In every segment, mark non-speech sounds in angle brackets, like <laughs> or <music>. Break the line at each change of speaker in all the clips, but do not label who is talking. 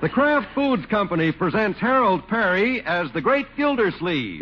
The Kraft Foods Company presents Harold Perry as the Great Gildersleeve.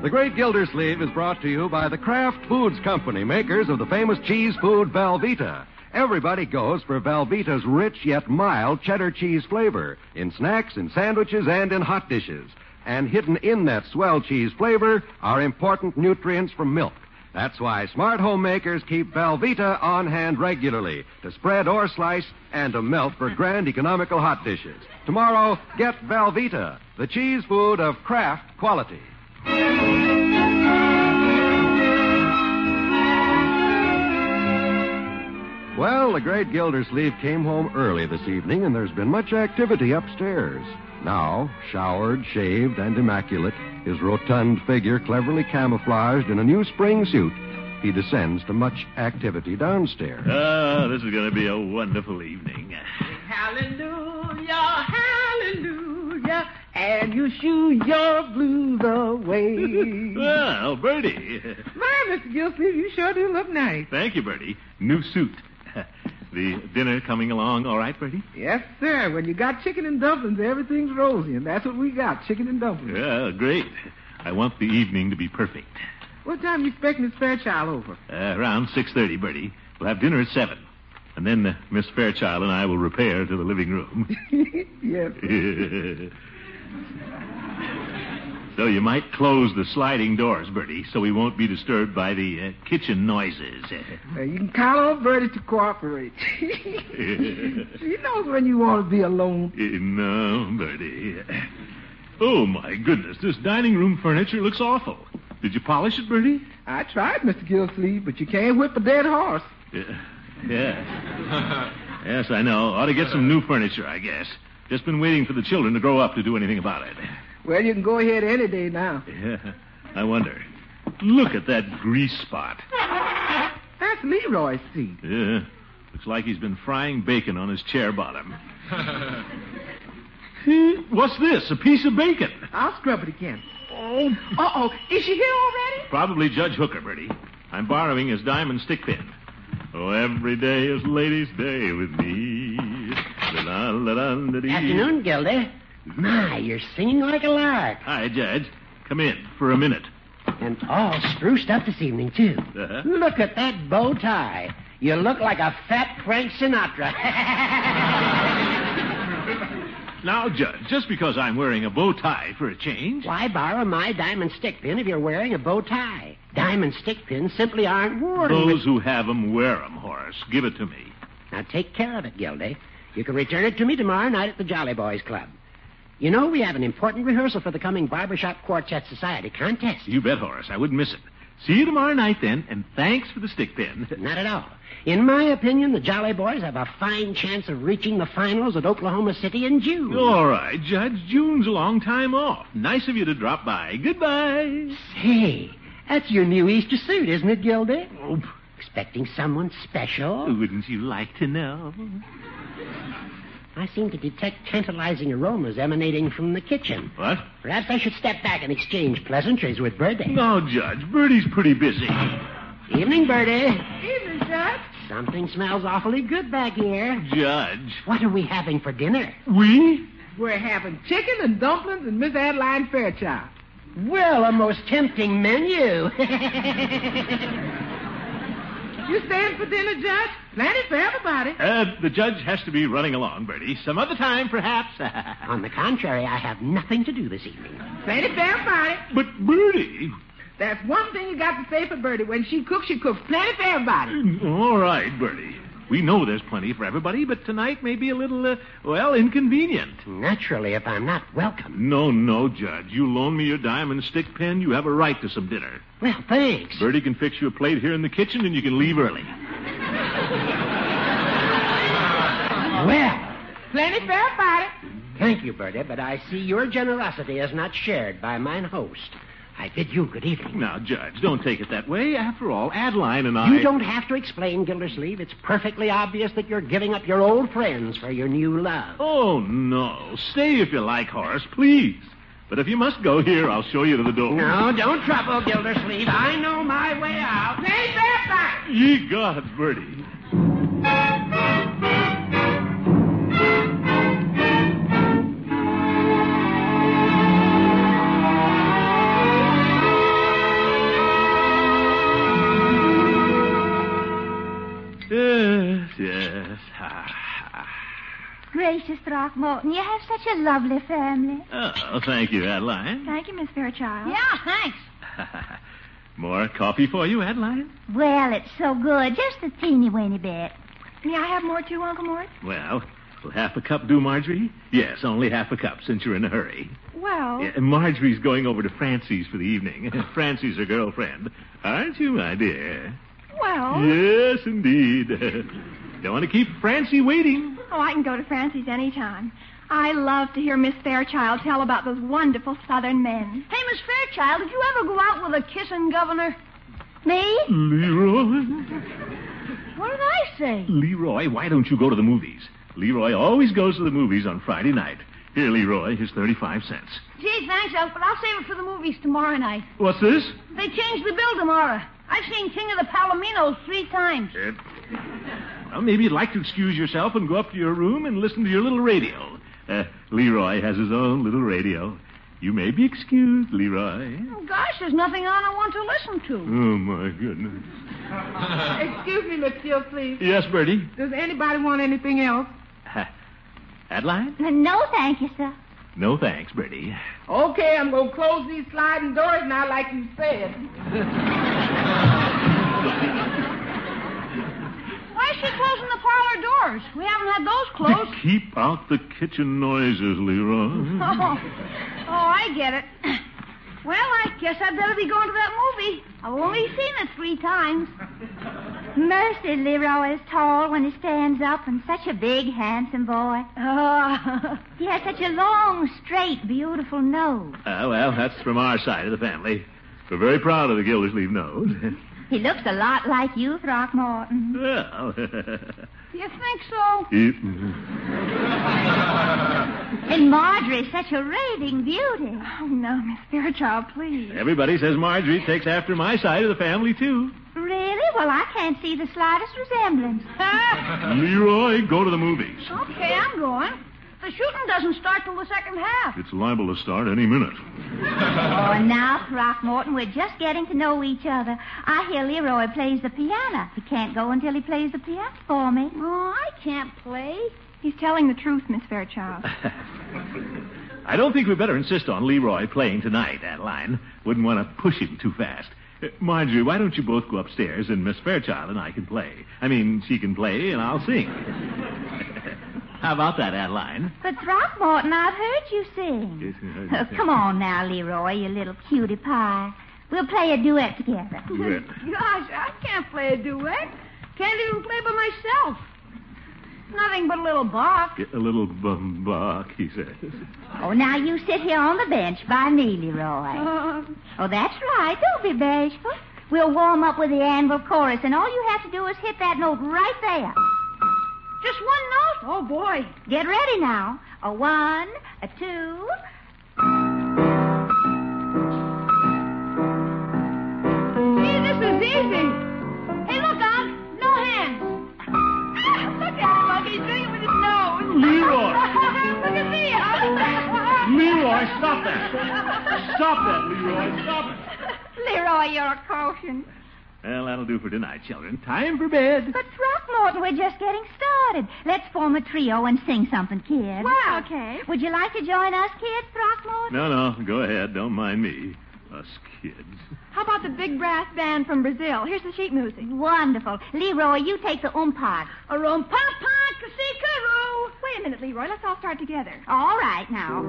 The Great Gildersleeve is brought to you by the Kraft Foods Company, makers of the famous cheese food Velveeta. Everybody goes for Velveeta's rich yet mild cheddar cheese flavor in snacks, in sandwiches, and in hot dishes. And hidden in that swell cheese flavor are important nutrients from milk. That's why smart homemakers keep Velveeta on hand regularly to spread or slice and to melt for grand economical hot dishes. Tomorrow, get Velveeta, the cheese food of Kraft quality. Well, the great Gildersleeve came home early this evening, and there's been much activity upstairs. Now, showered, shaved, and immaculate, his rotund figure cleverly camouflaged in a new spring suit, he descends to much activity downstairs.
Oh, this is going to be a wonderful evening.
Hallelujah, hallelujah, and you shoo your blues away.
Well, Bertie.
My, Mr. Gilsleeve, you sure do look nice.
Thank you, Bertie. New suit. The dinner coming along all right, Bertie?
Yes, sir. When you got chicken and dumplings, everything's rosy, and that's what we got, chicken and dumplings.
Yeah, great. I want the evening to be perfect.
What time you expect Miss Fairchild over?
Uh, around 6.30, Bertie. We'll have dinner at 7. And then uh, Miss Fairchild and I will repair to the living room. <laughs>
yes.
so you might close the sliding doors, Bertie, so we won't be disturbed by the uh, kitchen noises. <laughs>
Uh, you can count on Bertie to cooperate. <laughs> she knows when you want to be alone.
Eh, No, Bertie. Oh, my goodness, this dining room furniture looks awful. Did you polish it, Bertie?
I tried, Mr. Gilsleeve, but you can't whip a dead horse.
Yeah. yeah. yes, I know. Ought to get some new furniture, I guess. Just been waiting for the children to grow up to do anything about it.
Well, you can go ahead any day now.
Yeah, I wonder. Look at that grease spot.
That's Leroy's seat.
Yeah. Looks like he's been frying bacon on his chair bottom. Eh, What's this? A piece of bacon.
I'll scrub it again.
Oh,
Uh-oh, is she here already?
Probably Judge Hooker, Bertie. I'm borrowing his diamond stick pin. Oh, every day is ladies' day with me. Afternoon.
Afternoon, Gilda. My, you're singing like a lark.
Hi, Judge. Come in for a minute.
And all spruced up this evening, too.
Uh-huh.
Look at that bow tie. You look like a fat Frank Sinatra.
Now, Judge, just because I'm wearing a bow tie for a change.
Why borrow my diamond stick pin if you're wearing a bow tie? Diamond stick pins simply aren't worn.
Those who have 'em wear 'em, Horace. Give it to me.
Now take care of it, Gildy. You can return it to me tomorrow night at the Jolly Boys Club. You know, we have an important rehearsal for the coming Barbershop Quartet Society contest.
You bet, Horace. I wouldn't miss it. See you tomorrow night, then, and thanks for the stick <laughs> pin.
Not at all. In my opinion, the Jolly Boys have a fine chance of reaching the finals at Oklahoma City in June.
All right, Judge. June's a long time off. Nice of you to drop by. Goodbye.
Hey, that's your new Easter suit, isn't it, Gildy?
Oh,
Expecting someone special?
wouldn't you like to know?
I seem to detect tantalizing aromas emanating from the kitchen.
What?
Perhaps I should step back and exchange pleasantries with Birdie.
No, Judge. Bertie's pretty busy.
Evening, Birdie.
Evening, Judge.
Something smells awfully good back here.
Judge.
What are we having for dinner?
We?
We're having chicken and dumplings and Miss Adeline Fairchild.
Well, a most tempting menu. <laughs>
You staying for dinner, Judge? Plan it for everybody.
Uh, the judge has to be running along, Bertie. Some other time, perhaps. <laughs>
On the contrary, I have nothing to do this evening.
Plan it for everybody.
but, Bertie.
That's one thing you got to say for Bertie. When she cooks, she cooks. Plan it for everybody.
All right, Bertie. We know there's plenty for everybody, but tonight may be a little, uh, well, inconvenient.
Naturally, if I'm not welcome.
No, no, Judge. You loan me your diamond stick pin, you have a right to some dinner.
Well, thanks.
Bertie can fix you a plate here in the kitchen, and you can leave early.
Well,
Plan it for everybody.
thank you, Bertie, but I see your generosity is not shared by mine host. I bid you good evening.
Now, Judge, don't take it that way. After all, Adeline and I.
You don't have to explain, Gildersleeve. It's perfectly obvious that you're giving up your old friends for your new love.
Oh, no. Stay if you like, Horace, please. But if you must go here, I'll show you to the door.
No, don't trouble, Gildersleeve. I know my <laughs> way out. Hey, there, back!
Ye gods, Bertie.
Uh.
Yes, yes.
Gracious Throckmorton, you have such a lovely family.
Oh, thank you, Adeline.
Thank you, Miss Fairchild.
Yeah, thanks.
More coffee for you, Adeline?
Well, it's so good. Just a teeny weeny bit. May I have more too, Uncle Mort?
Well, will half a cup do, Marjorie? Yes, only half a cup, since you're in a hurry.
Well,
Yeah, Marjorie's going over to Francie's for the evening.
Oh.
<laughs> Francie's her girlfriend. Aren't you, my dear?
Oh.
well.
Yes, indeed. <laughs> Don't want to keep Francie waiting.
Oh, I can go to Francie's any time. I love to hear Miss Fairchild tell about those wonderful Southern men.
Hey, Miss Fairchild, did you ever go out with a kissing governor?
Me?
Mm. Leroy.
What did I say?
Leroy, why don't you go to the movies? Leroy always goes to the movies on Friday night. Here, Leroy, here's 35 cents.
Gee, thanks, Elf, but I'll save it for the movies tomorrow night.
What's this?
They change the bill tomorrow. I've seen King of the Palominos three times.
Uh, well, maybe you'd like to excuse yourself and go up to your room and listen to your little radio. Uh, Leroy has his own little radio. You may be excused, Leroy.
Oh, gosh, there's nothing on I want to listen
Oh,
to.
my goodness.
Excuse me, Lucille, please.
Yes, Bertie.
Does anybody want anything else?
Ha. Adeline?
No, thank you, sir.
No thanks, Bertie.
Okay, I'm going to close these sliding doors now, like you said.
Why is she closing the parlor doors? We haven't had those
To
closed.
keep out the kitchen noises, Leroy.
oh. oh, I get it. Well, I guess I'd better be going to that movie. I've only seen it three times.
Mercy, Leroy is tall when he stands up and such a big, handsome boy.
Oh.
He has such a long, straight, beautiful nose.
Ah, well, that's from our side of the family. We're very proud of the Gildersleeve nose.
He looks a lot like you, Throckmorton.
well.
You think
<laughs>
so?
it-
And Marjorie's such a raving beauty.
Oh, no, Miss Fairchild, please.
everybody says Marjorie takes after my side of the family, too.
Really? Well, I can't see the slightest resemblance. <laughs>
Ah,
Leroy, go to the movies.
okay, I'm going. The shooting doesn't start till the second half.
It's liable to start any minute.
Oh, now, Throckmorton, we're just getting to know each other. I hear Leroy plays the piano. He can't go until he plays the piano for me.
Oh, I can't play.
He's telling the truth, Miss
<laughs>
Fairchild.
I don't think we better insist on Leroy playing tonight, Adeline. Wouldn't want to push him too fast. Uh, Marjorie, why don't you both go upstairs and Miss Fairchild and I can play? I mean, she can play and I'll sing. How about that, Adeline?
But Throckmorton, I've heard you sing. Oh, come on now, Leroy, you little cutie pie. We'll play a duet together.
Duet.
Gosh, I can't play a duet. Can't even play by myself. Nothing but a little bark.
A little bum buck, he says.
Oh, now you sit here on the bench by me, Leroy.
Uh,
Oh, that's right. Don't be bashful. We'll warm up with the anvil chorus, and all you have to do is hit that note right there.
just one note? Oh, boy.
Get ready now. A one, a two.
Gee, this is easy. Hey, look, Unc. No hands. Ah, look at him, Unc. He's doing it with his nose.
Leroy.
<laughs> look at me, Unc.
Leroy, stop that.
<laughs>
Stop that, Leroy. Stop it.
<laughs> Leroy, you're a caution.
Well, that'll do for tonight, children. Time for bed.
But Throckmorton, we're just getting started. Let's form a trio and sing something, kid.
Well, okay.
Would you like to join us, kid, Throckmorton?
No, no, go ahead. Don't mind me. Us kids.
How about the big
Brass band from Brazil. Here's the sheet music.
Wonderful. Leroy, you take the umpire.
Arum pam pam kasikaru.
Wait a minute, Leroy. Let's all start together. All right, now.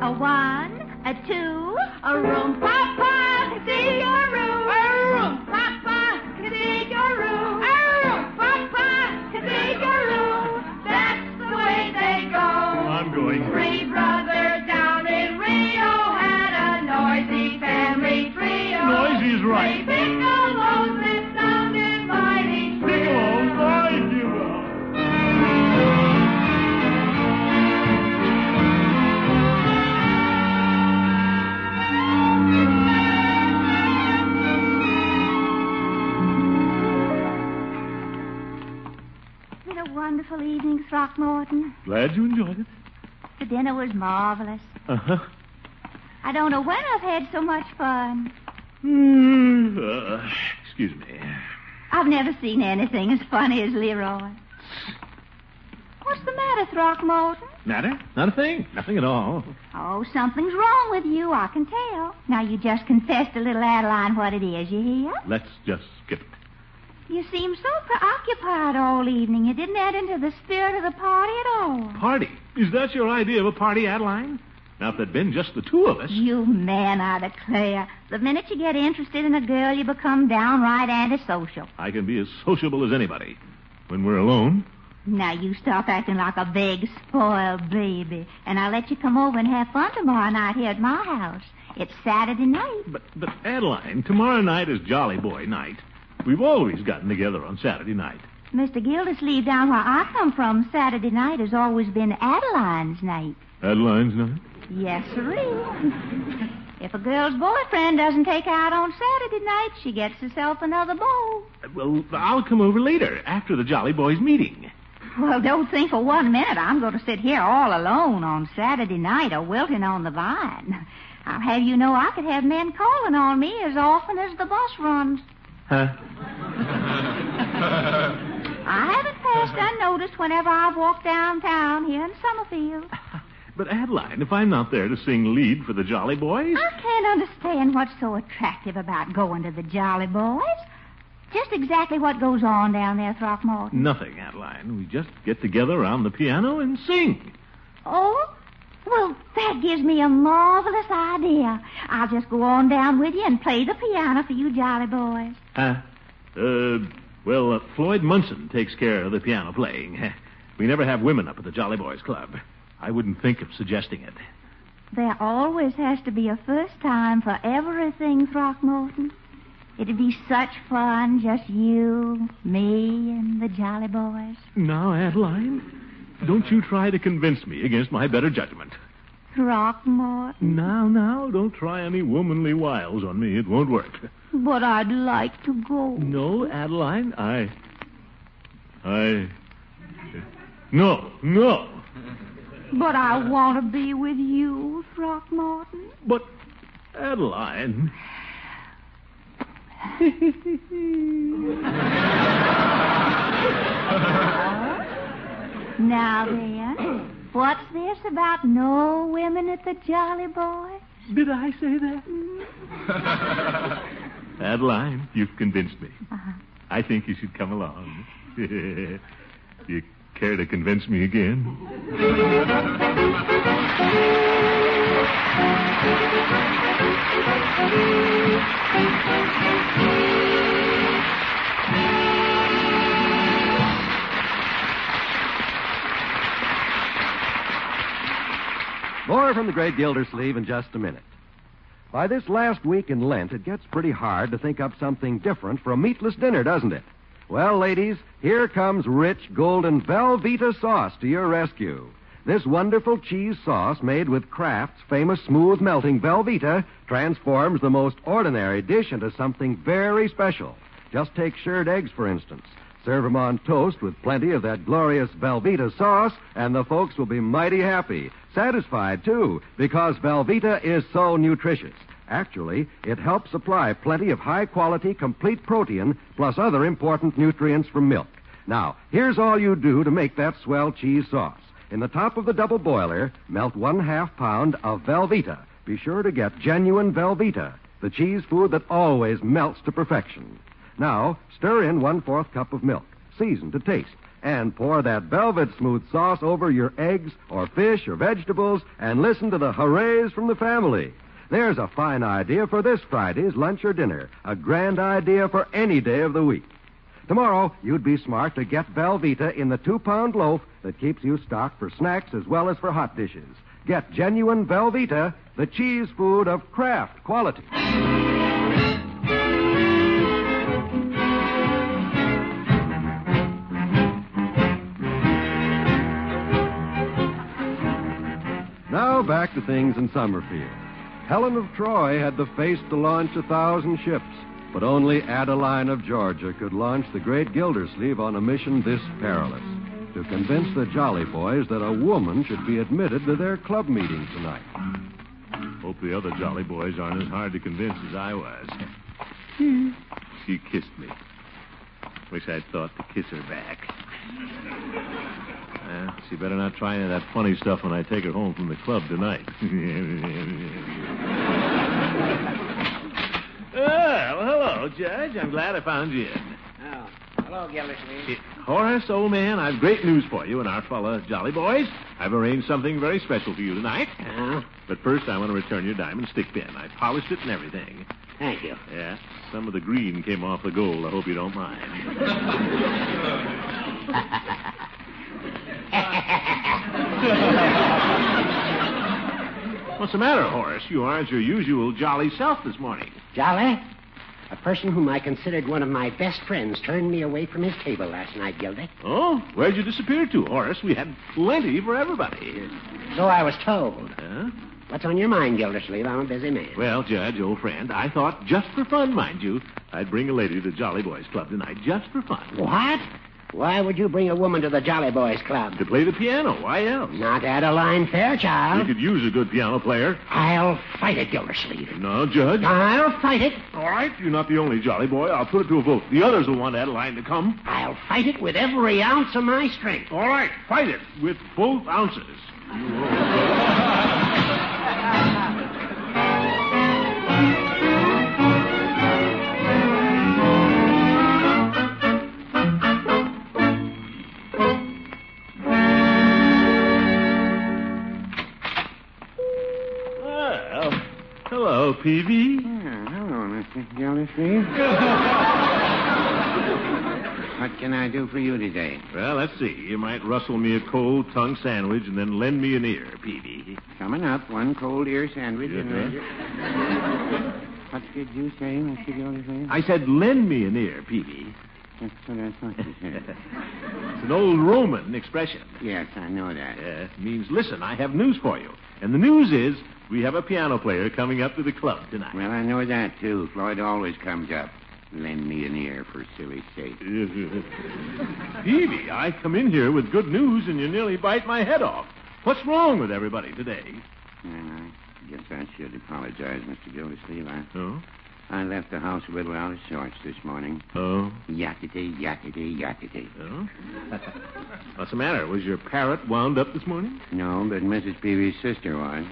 A one, a two.
Arum pam pam kasikaru. Arum pam pam kasikaru. Arum pam pam kasikaru. That's the way they go.
I'm going.
Three brothers down in Rio had a noisy family. <laughs>
wonderful evening, Throckmorton.
Glad you enjoyed it.
The dinner was marvelous.
Uh huh.
I don't know when I've had so much fun. Hmm.
Uh, excuse me.
I've never seen anything as funny as Leroy. What's the matter, Throckmorton?
Matter? Not a thing. Nothing at all.
Oh, something's wrong with you, I can tell. Now, you just confessed to little Adeline what it is, you hear?
Let's just skip it.
You seem so preoccupied all evening. You didn't add into the spirit of the party at all.
Party? Is that your idea of a party, Adeline? Now, if there'd been just the two of us.
You man, I declare. The minute you get interested in a girl, you become downright antisocial.
I can be as sociable as anybody. When we're alone,
Now you stop acting like a big, spoiled baby, and I'll let you come over and have fun tomorrow night here at my house. It's Saturday night.
But, but Adeline, tomorrow night is Jolly Boy night. We've always gotten together on Saturday night.
Mr. Gildersleeve down where I come from, Saturday night has always been Adeline's night.
Adeline's night?
Yes,
<laughs>
sirree. if a girl's boyfriend doesn't take her out on Saturday night, she gets herself another beau.
Uh, Well, I'll come over later, after the Jolly Boys meeting.
Well, don't think for one minute I'm going to sit here all alone on Saturday night or wilting on the vine. I'll have you know I could have men calling on me as often as the bus runs.
Huh?
I haven't passed unnoticed whenever I've walked downtown here in Summerfield.
But Adeline, if I'm not there to sing lead for the Jolly Boys,
I can't understand what's so attractive about going to the Jolly Boys. Just exactly what goes on down there, Throckmorton.
nothing, Adeline. We just get together around the piano and sing.
Oh? Well, that gives me a marvelous idea. I'll just go on down with you and play the piano for you jolly boys.
Huh? Uh, well, uh, Floyd Munson takes care of the piano playing. <laughs> We never have women up at the Jolly Boys Club. I wouldn't think of suggesting it.
There always has to be a first time for everything, Throckmorton. It'd be such fun, just you, me, and the jolly boys.
Now, Adeline, don't you try to convince me against my better judgment.
Throckmorton.
Now, now, don't try any womanly wiles on me. It won't work.
But I'd like to go.
No, Adeline, I. I. No, no.
But I want to be with you, Throckmorton.
But, Adeline.
<laughs> Now then, what's this about no women at the jolly Mm-hmm. boys?
Did I say that? Adeline, you've convinced me. I think you should come along. <laughs> you care to convince me again?
More from the great Gildersleeve in just a minute. By this last week in Lent, it gets pretty hard to think up something different for a meatless dinner, doesn't it? Well, ladies, here comes rich golden Velveeta sauce to your rescue. This wonderful cheese sauce made with Kraft's famous smooth melting Velveeta transforms the most ordinary dish into something very special. Just take shirred eggs, for instance. Serve 'em on toast with plenty of that glorious Velveeta sauce, and the folks will be mighty happy. Satisfied, too, because Velveeta is so nutritious. Actually, it helps supply plenty of high quality, complete protein, plus other important nutrients from milk. Now, here's all you do to make that swell cheese sauce. In the top of the double boiler, melt one half pound of Velveeta. Be sure to get genuine Velveeta, the cheese food that always melts to perfection. Now, stir in one fourth cup of milk, season to taste, and pour that velvet smooth sauce over your eggs or fish or vegetables and listen to the hoorays from the family. There's a fine idea for this Friday's lunch or dinner, a grand idea for any day of the week. Tomorrow, you'd be smart to get Velveeta in the two pound loaf that keeps you stocked for snacks as well as for hot dishes. Get genuine Velveeta, the cheese food of Kraft quality. Now back to things in Summerfield. Helen of Troy had the face to launch a thousand ships, but only Adeline of Georgia could launch the great Gildersleeve on a mission this perilous. to convince the Jolly Boys that a woman should be admitted to their club meeting tonight.
Hope the other Jolly Boys aren't as hard to convince as I was. she kissed me. Wish I'd thought to kiss her <laughs> back. Well, she better not try any of that funny stuff when I take her home from the club tonight. <laughs> ah, well, hello, Judge. I'm glad I found you.
Oh. Hello, Gildersleeve.
Horace, old man, I've great news for you and our fella Jolly Boys. I've arranged something very special for you tonight.
Huh?
But first, I want to return your diamond stick pin. I polished it and everything.
Thank you.
Yeah, some of the green came off the gold. I hope you
<laughs>
don't mind. What's the matter, Horace? You aren't your usual jolly self this morning.
Jolly? A person whom I considered one of my best friends turned me away from his table last night, Gildy.
Oh, where'd you disappear to, Horace? We had plenty for everybody.
So I was told.
Huh?
What's on your mind, Gildersleeve? I'm a busy man.
Well, Judge, old friend, I thought just for fun, mind you, I'd bring a lady to the Jolly Boys Club tonight just for fun.
What? Why would you bring a woman to the Jolly Boys Club?
To play the piano. Why else?
Not Adeline
We
Fairchild.
could use a good piano player.
I'll fight it, Gildersleeve.
No, Judge.
I'll fight it.
All right, you're not the only Jolly Boy. I'll put it to a vote. The others will want Adeline to come.
I'll fight it with every ounce of my strength.
All right, fight it with both ounces. Well, hello, Peavy.
hello, Mr. Gildersleeve. what can I do for you today?
Well, let's see. You might rustle me a cold tongue sandwich and then lend me an ear, Peavy.
Coming up, one cold ear sandwich
Yes,
and... What did you say, Mr. Gildersleeve?
I said, lend me an ear, Peavy.
That's what I thought you said.
It's an old Roman expression.
yes, I know that.
Uh, it means, listen, I have news for you. And the news is, we have a piano player coming up to the club tonight.
Well, I know that, too. Floyd always comes up. Lend me an ear, for silly sake.
<laughs> Peavy, I come in here with good news and you nearly bite my head off. What's wrong with everybody today?
Well, Uh, I guess I should apologize, Mr. Gildersleeve. I,
Oh?
I left the house a little out of sorts this morning.
Oh?
Yakety, yakety, yakety.
Oh? What's the matter? Was your parrot wound up this morning?
No, but Mrs. Peavy's sister was.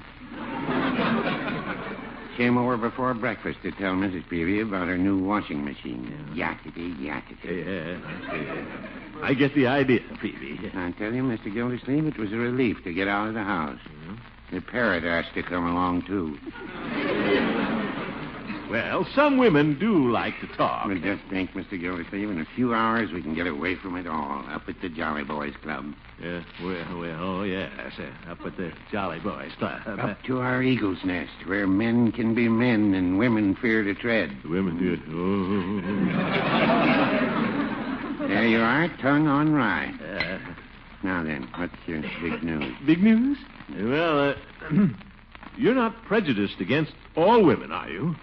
Came over before breakfast to tell Mrs. Peavy about her new washing machine. Yakety, yakety.
Yeah, I see. I get the idea, Peavy.
I tell you, Mr. Gildersleeve, it was a relief to get out of the house.
Mm-hmm.
The parrot asked to come along, too.
Well, some women do like to talk.
Well, just think, Mr. Gildersleeve, in a few hours we can get away from it all up at the Jolly Boys Club.
Yeah, Uh, well, well, oh, yes. uh, Up at the Jolly Boys Club. Uh,
Up to our eagle's nest, where men can be men and women fear to tread.
the women do Oh, it.
There you are, tongue on rye.
Oh, uh,
Now then, what's your big news?
<laughs> big news? Well, uh, <clears throat> you're not prejudiced against all women, are you?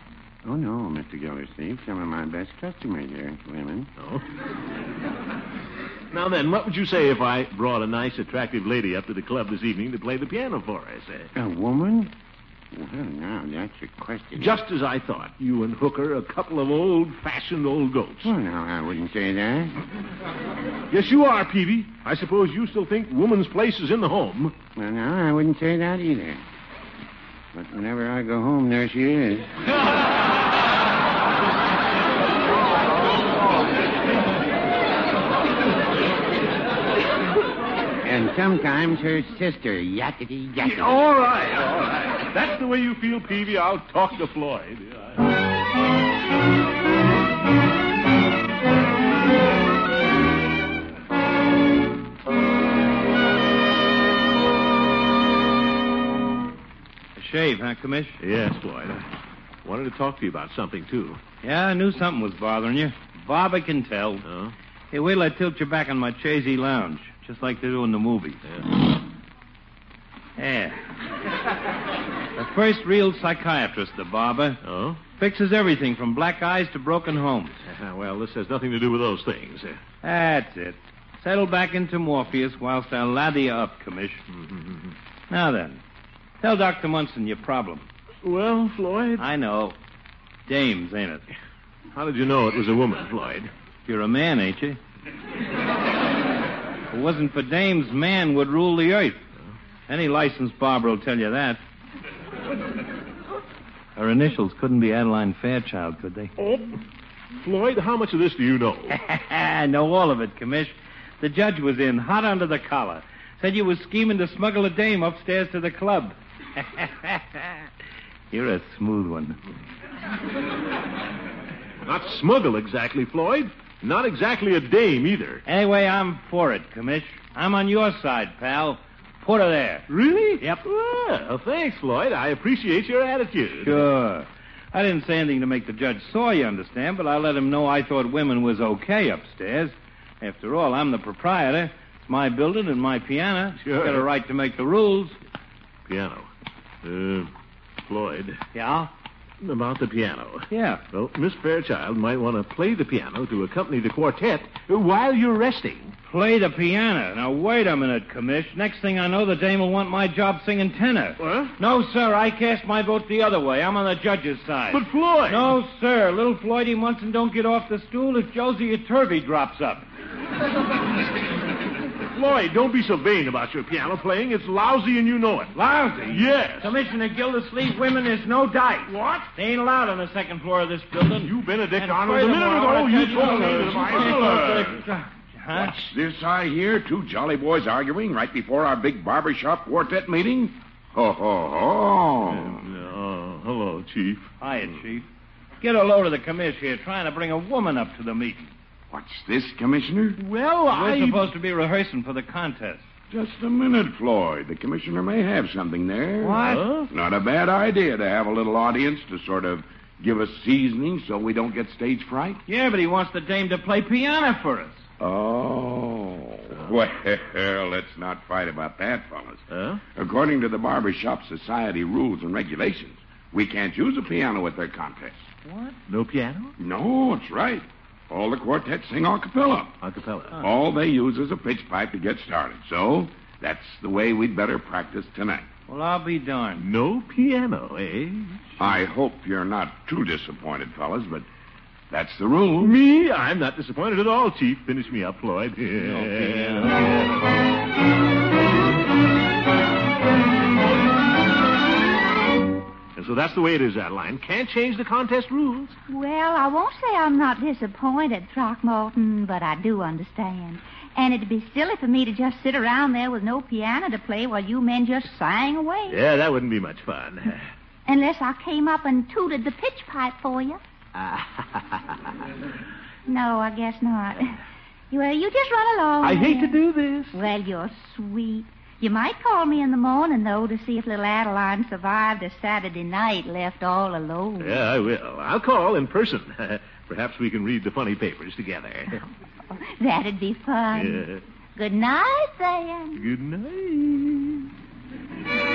Oh, no, Mr. Gildersleeve. Some of my best customers are women.
No. Now then, what would you say if I brought a nice, attractive lady up to the club this evening to play the piano for us? Uh,
A woman? Well, now, that's a question.
Just as I thought. You and Hooker, a couple of old fashioned old goats.
Well, now, I wouldn't say that.
Yes, you are, Peavy. I suppose you still think woman's place is in the home.
Well, now, I wouldn't say that either. But whenever I go home, there she is. and sometimes her sister, yakety yakety.
All right, all right. If that's the way you feel, Peavy. I'll talk to Floyd.
A shave, huh, Commish?
Yes, Floyd. Wanted to talk to you about something, too.
Yeah, I knew something was bothering you. Bob, I can tell.
Huh?
Hey, wait till I tilt you back on my chazy lounge, just like they do in the movies.
Yeah.
Yeah. the first real psychiatrist, the barber.
Oh?
Fixes everything from black eyes to broken homes.
Uh, well, this has nothing to do with those things. Uh,
That's it. Settle back into Morpheus whilst I lather you up, Commish.
Mm-hmm.
now then, tell Dr. Munson your problem.
Well, Floyd.
I know. Dames, ain't it?
How did you know it was a woman, Floyd?
You're a man, ain't you? if it wasn't for dames, man would rule the earth. Any licensed barber will tell you that. Her initials couldn't be Adeline Fairchild, could they? <laughs>
Oh. Floyd, how much of this do you know?
I know all of it, Commish. The judge was in, hot under the collar. Said you was scheming to smuggle a dame upstairs to the club. You're a smooth one.
Not smuggle exactly, Floyd. Not exactly a dame either.
Anyway, I'm for it, Commish. I'm on your side, pal. Put her there.
Really? Ah,
Yep.
Well, thanks, Floyd. I appreciate your attitude.
Sure. I didn't say anything to make the judge sore, you understand, but I let him know I thought women was okay upstairs. After all, I'm the proprietor. It's my building and my piano.
Sure.
Got a right to make the rules.
Piano. Uh, Floyd,
Yeah?
about the piano.
Yeah.
Well, Miss Fairchild might want to play the piano to accompany the quartet while you're resting.
Play the piano. Now, wait a minute, Commish. Next thing I know, the dame will want my job singing tenor.
What?
No, sir. I cast my vote the other way. I'm on the judge's side.
But Floyd.
No, sir. Little Floydie Munson don't get off the stool if Josie Turvey drops up.
Floyd, don't be so vain about your piano playing. It's lousy and you know it.
Lousy.
Yes.
Commissioner Gildersleeve, women is no dice. What? They ain't allowed on the second floor of this building.
You Benedict
And
Arnold a minute
furthermore,
ago.
I
You
tell <laughs>
told me
you- Huh?
What's this I hear? Two jolly boys arguing right before our big barbershop quartet meeting? Ho, ho, ho.
Oh, hello, Chief.
Hiya, Chief. Get a load of the commish here trying to bring a woman up to the meeting.
What's this, Commissioner?
Well,
We're
I.
supposed to be rehearsing for the contest.
Just a minute, Floyd. The Commissioner may have something there.
Huh?
Not a bad idea to have a little audience to sort of give us seasoning so we don't get stage fright.
Yeah, but he wants the dame to play piano for us.
Oh. Well, <laughs> let's not fight about that, fellas.
Huh?
According to the Barbershop Society rules and regulations, we can't use a piano at their contest.
No piano?
No, it's right. All the quartets sing a cappella.
A cappella.
All they use is a pitch pipe to get started. So that's the way we'd better practice tonight.
Well, I'll be darned.
No piano, eh?
I hope you're not too disappointed, fellas, but that's the rule.
Me? I'm not disappointed at all, Chief. Finish me up, Floyd. And so that's the way it is, Adeline. Can't change the contest rules.
Well, I won't say I'm not disappointed, Throckmorton, but I do understand. And it'd be silly for me to just sit around there with no piano to play while you men just sang away.
Yeah, that wouldn't be much
<laughs>
fun.
Unless I came up and tooted the pitch pipe for you.
Ah.
no, I guess not. Well, you just run along.
I hate to
then.
do this.
Well, you're sweet. You might call me in the morning, though, to see if little Adeline survived a Saturday night left all alone.
Yeah, I will. I'll call in person. <laughs> Perhaps we can read the funny papers together.
That'd be fun.
Yeah.
Good night, then.
Good night.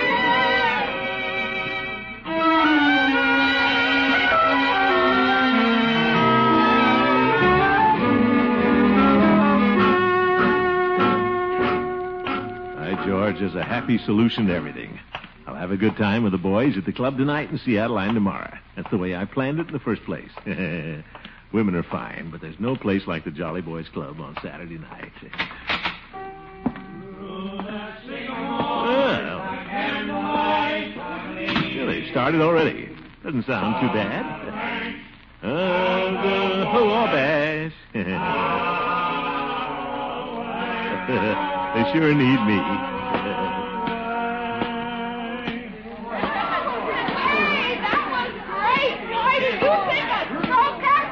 Hi, George is a happy solution to everything. I'll have a good time with the boys at the club tonight and see Adeline tomorrow. That's the way I planned it in the first place. <laughs> Women are fine, but there's no place like the Jolly Boys Club on Saturday night. Well, they started already. Doesn't sound too bad. Uh, the Wabash. <laughs> they sure need me. <laughs>
Hey, that was great, Floyd. You think I broke that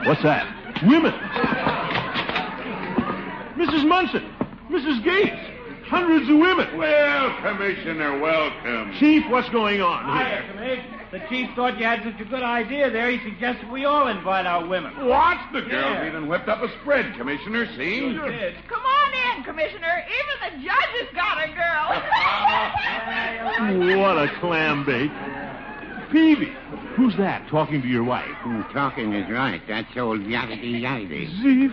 tenor?
What's that? Women. Mrs. Munson. Mrs. Gates. Hundreds of women.
Well, Commissioner, welcome.
Chief, what's going on here?
Um, Hiya, Commish. The chief thought you had such a good idea there, he suggested we all invite our women.
What? The girls
Yeah.
even whipped up a spread, Commissioner. See?
Come on in, Commissioner. Even the judge has got a girl.
What a clam bake. Peavy, who's that talking to your wife?
Hmm, talking is right. That's old yabby yabby.
Chief,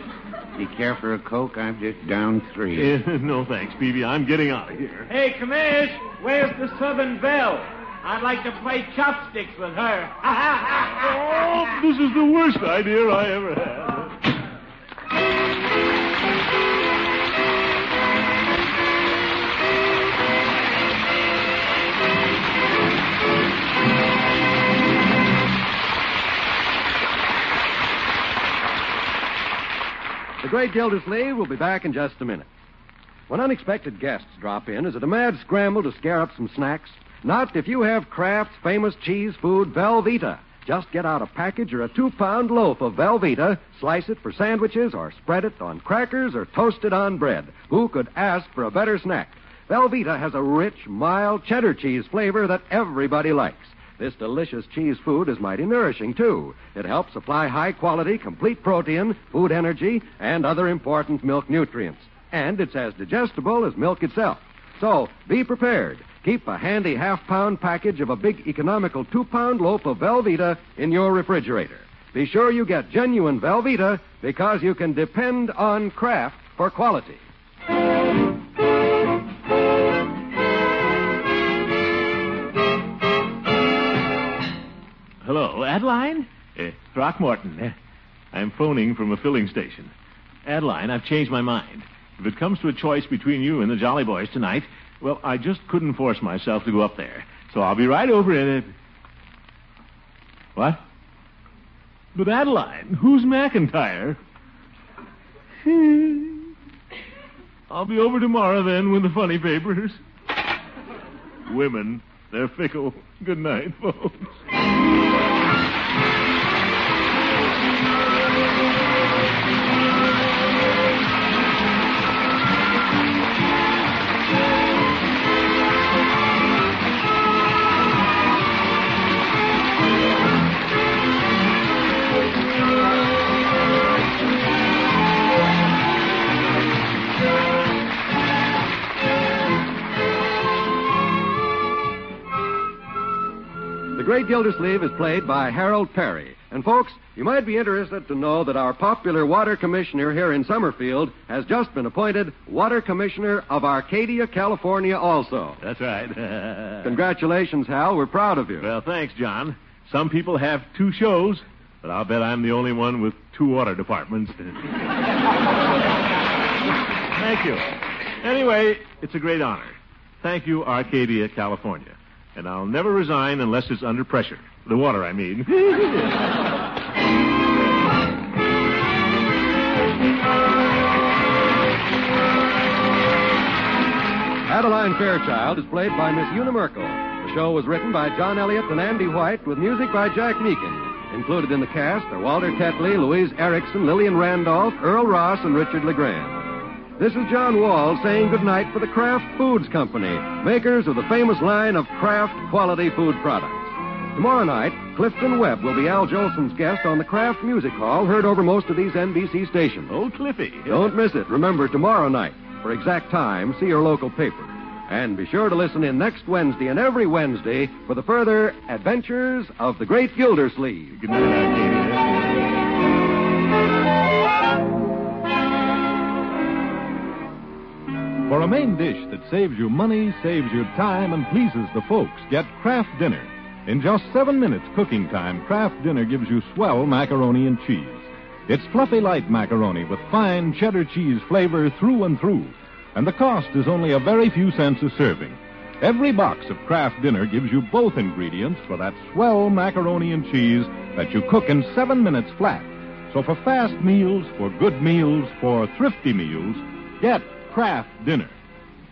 You care for a Coke? I'm just down three.
Eh, <laughs> no thanks, Peavy. I'm getting out of here.
Hey, Commish, where's the Southern Belle? I'd like to play chopsticks with
<laughs>
her.
Oh, this is the worst idea I ever had.
The great Gildersleeve will be back in just a minute. When unexpected guests drop in, is it a mad scramble to scare up some snacks? Not if you have Kraft's famous cheese food, Velveeta. Just get out a package or a two pound loaf of Velveeta, slice it for sandwiches, or spread it on crackers, or toast it on bread. Who could ask for a better snack? Velveeta has a rich, mild cheddar cheese flavor that everybody likes. This delicious cheese food is mighty nourishing, too. It helps supply high quality, complete protein, food energy, and other important milk nutrients. And it's as digestible as milk itself. So, be prepared. Keep a handy half pound package of a big economical two pound loaf of Velveeta in your refrigerator. Be sure you get genuine Velveeta because you can depend on Kraft for quality.
Hello, Adeline? Uh, Throckmorton. Eh, I'm phoning from a filling station. Adeline, I've changed my mind. If it comes to a choice between you and the Jolly Boys tonight, well, I just couldn't force myself to go up there. So I'll be right over in it. <laughs> What? But Adeline, who's McIntyre? <laughs> I'll be over tomorrow then with the funny papers. Women, they're fickle. Good night, folks.
The Great Gildersleeve is played by Harold Perry. And folks, you might be interested to know that our popular water commissioner here in Summerfield has just been appointed water commissioner of Arcadia, California also.
That's right.
Congratulations, Hal. We're proud of you.
Well, thanks, John. Some people have two shows, but I'll bet I'm the only one with two water departments. <laughs> Thank you. Anyway, it's a great honor. Thank you, Arcadia, California. And I'll never resign unless it's under pressure. The water, I mean. <laughs>
<laughs>
Adeline Fairchild is played by Miss Una Merkel. The show was written by John Elliott and Andy White with music by Jack Meakin. Included in the cast are Walter Tetley, Louise Erickson, Lillian Randolph, Earl Ross, and Richard LeGrand. This is John Wall saying goodnight for the Kraft Foods Company, makers of the famous line of Kraft quality food products. Tomorrow night, Clifton Webb will be Al Jolson's guest on the Kraft Music Hall, heard over most of these NBC stations.
Oh, Cliffy.
Don't miss it. Remember, tomorrow night, for exact time, see your local paper. And be sure to listen in next Wednesday and every Wednesday for the further adventures of the great Gildersleeve.
Good night, Arcadia.
For a main dish that saves you money, saves you time, and pleases the folks, get Kraft Dinner. In just seven minutes cooking time, Kraft Dinner gives you swell macaroni and cheese. It's fluffy light macaroni with fine cheddar cheese flavor through and through, and the cost is only a very few cents a serving. Every box of Kraft Dinner gives you both ingredients for that swell macaroni and cheese that you cook in seven minutes flat. So for fast meals, for good meals, for thrifty meals, get Kraft Dinner.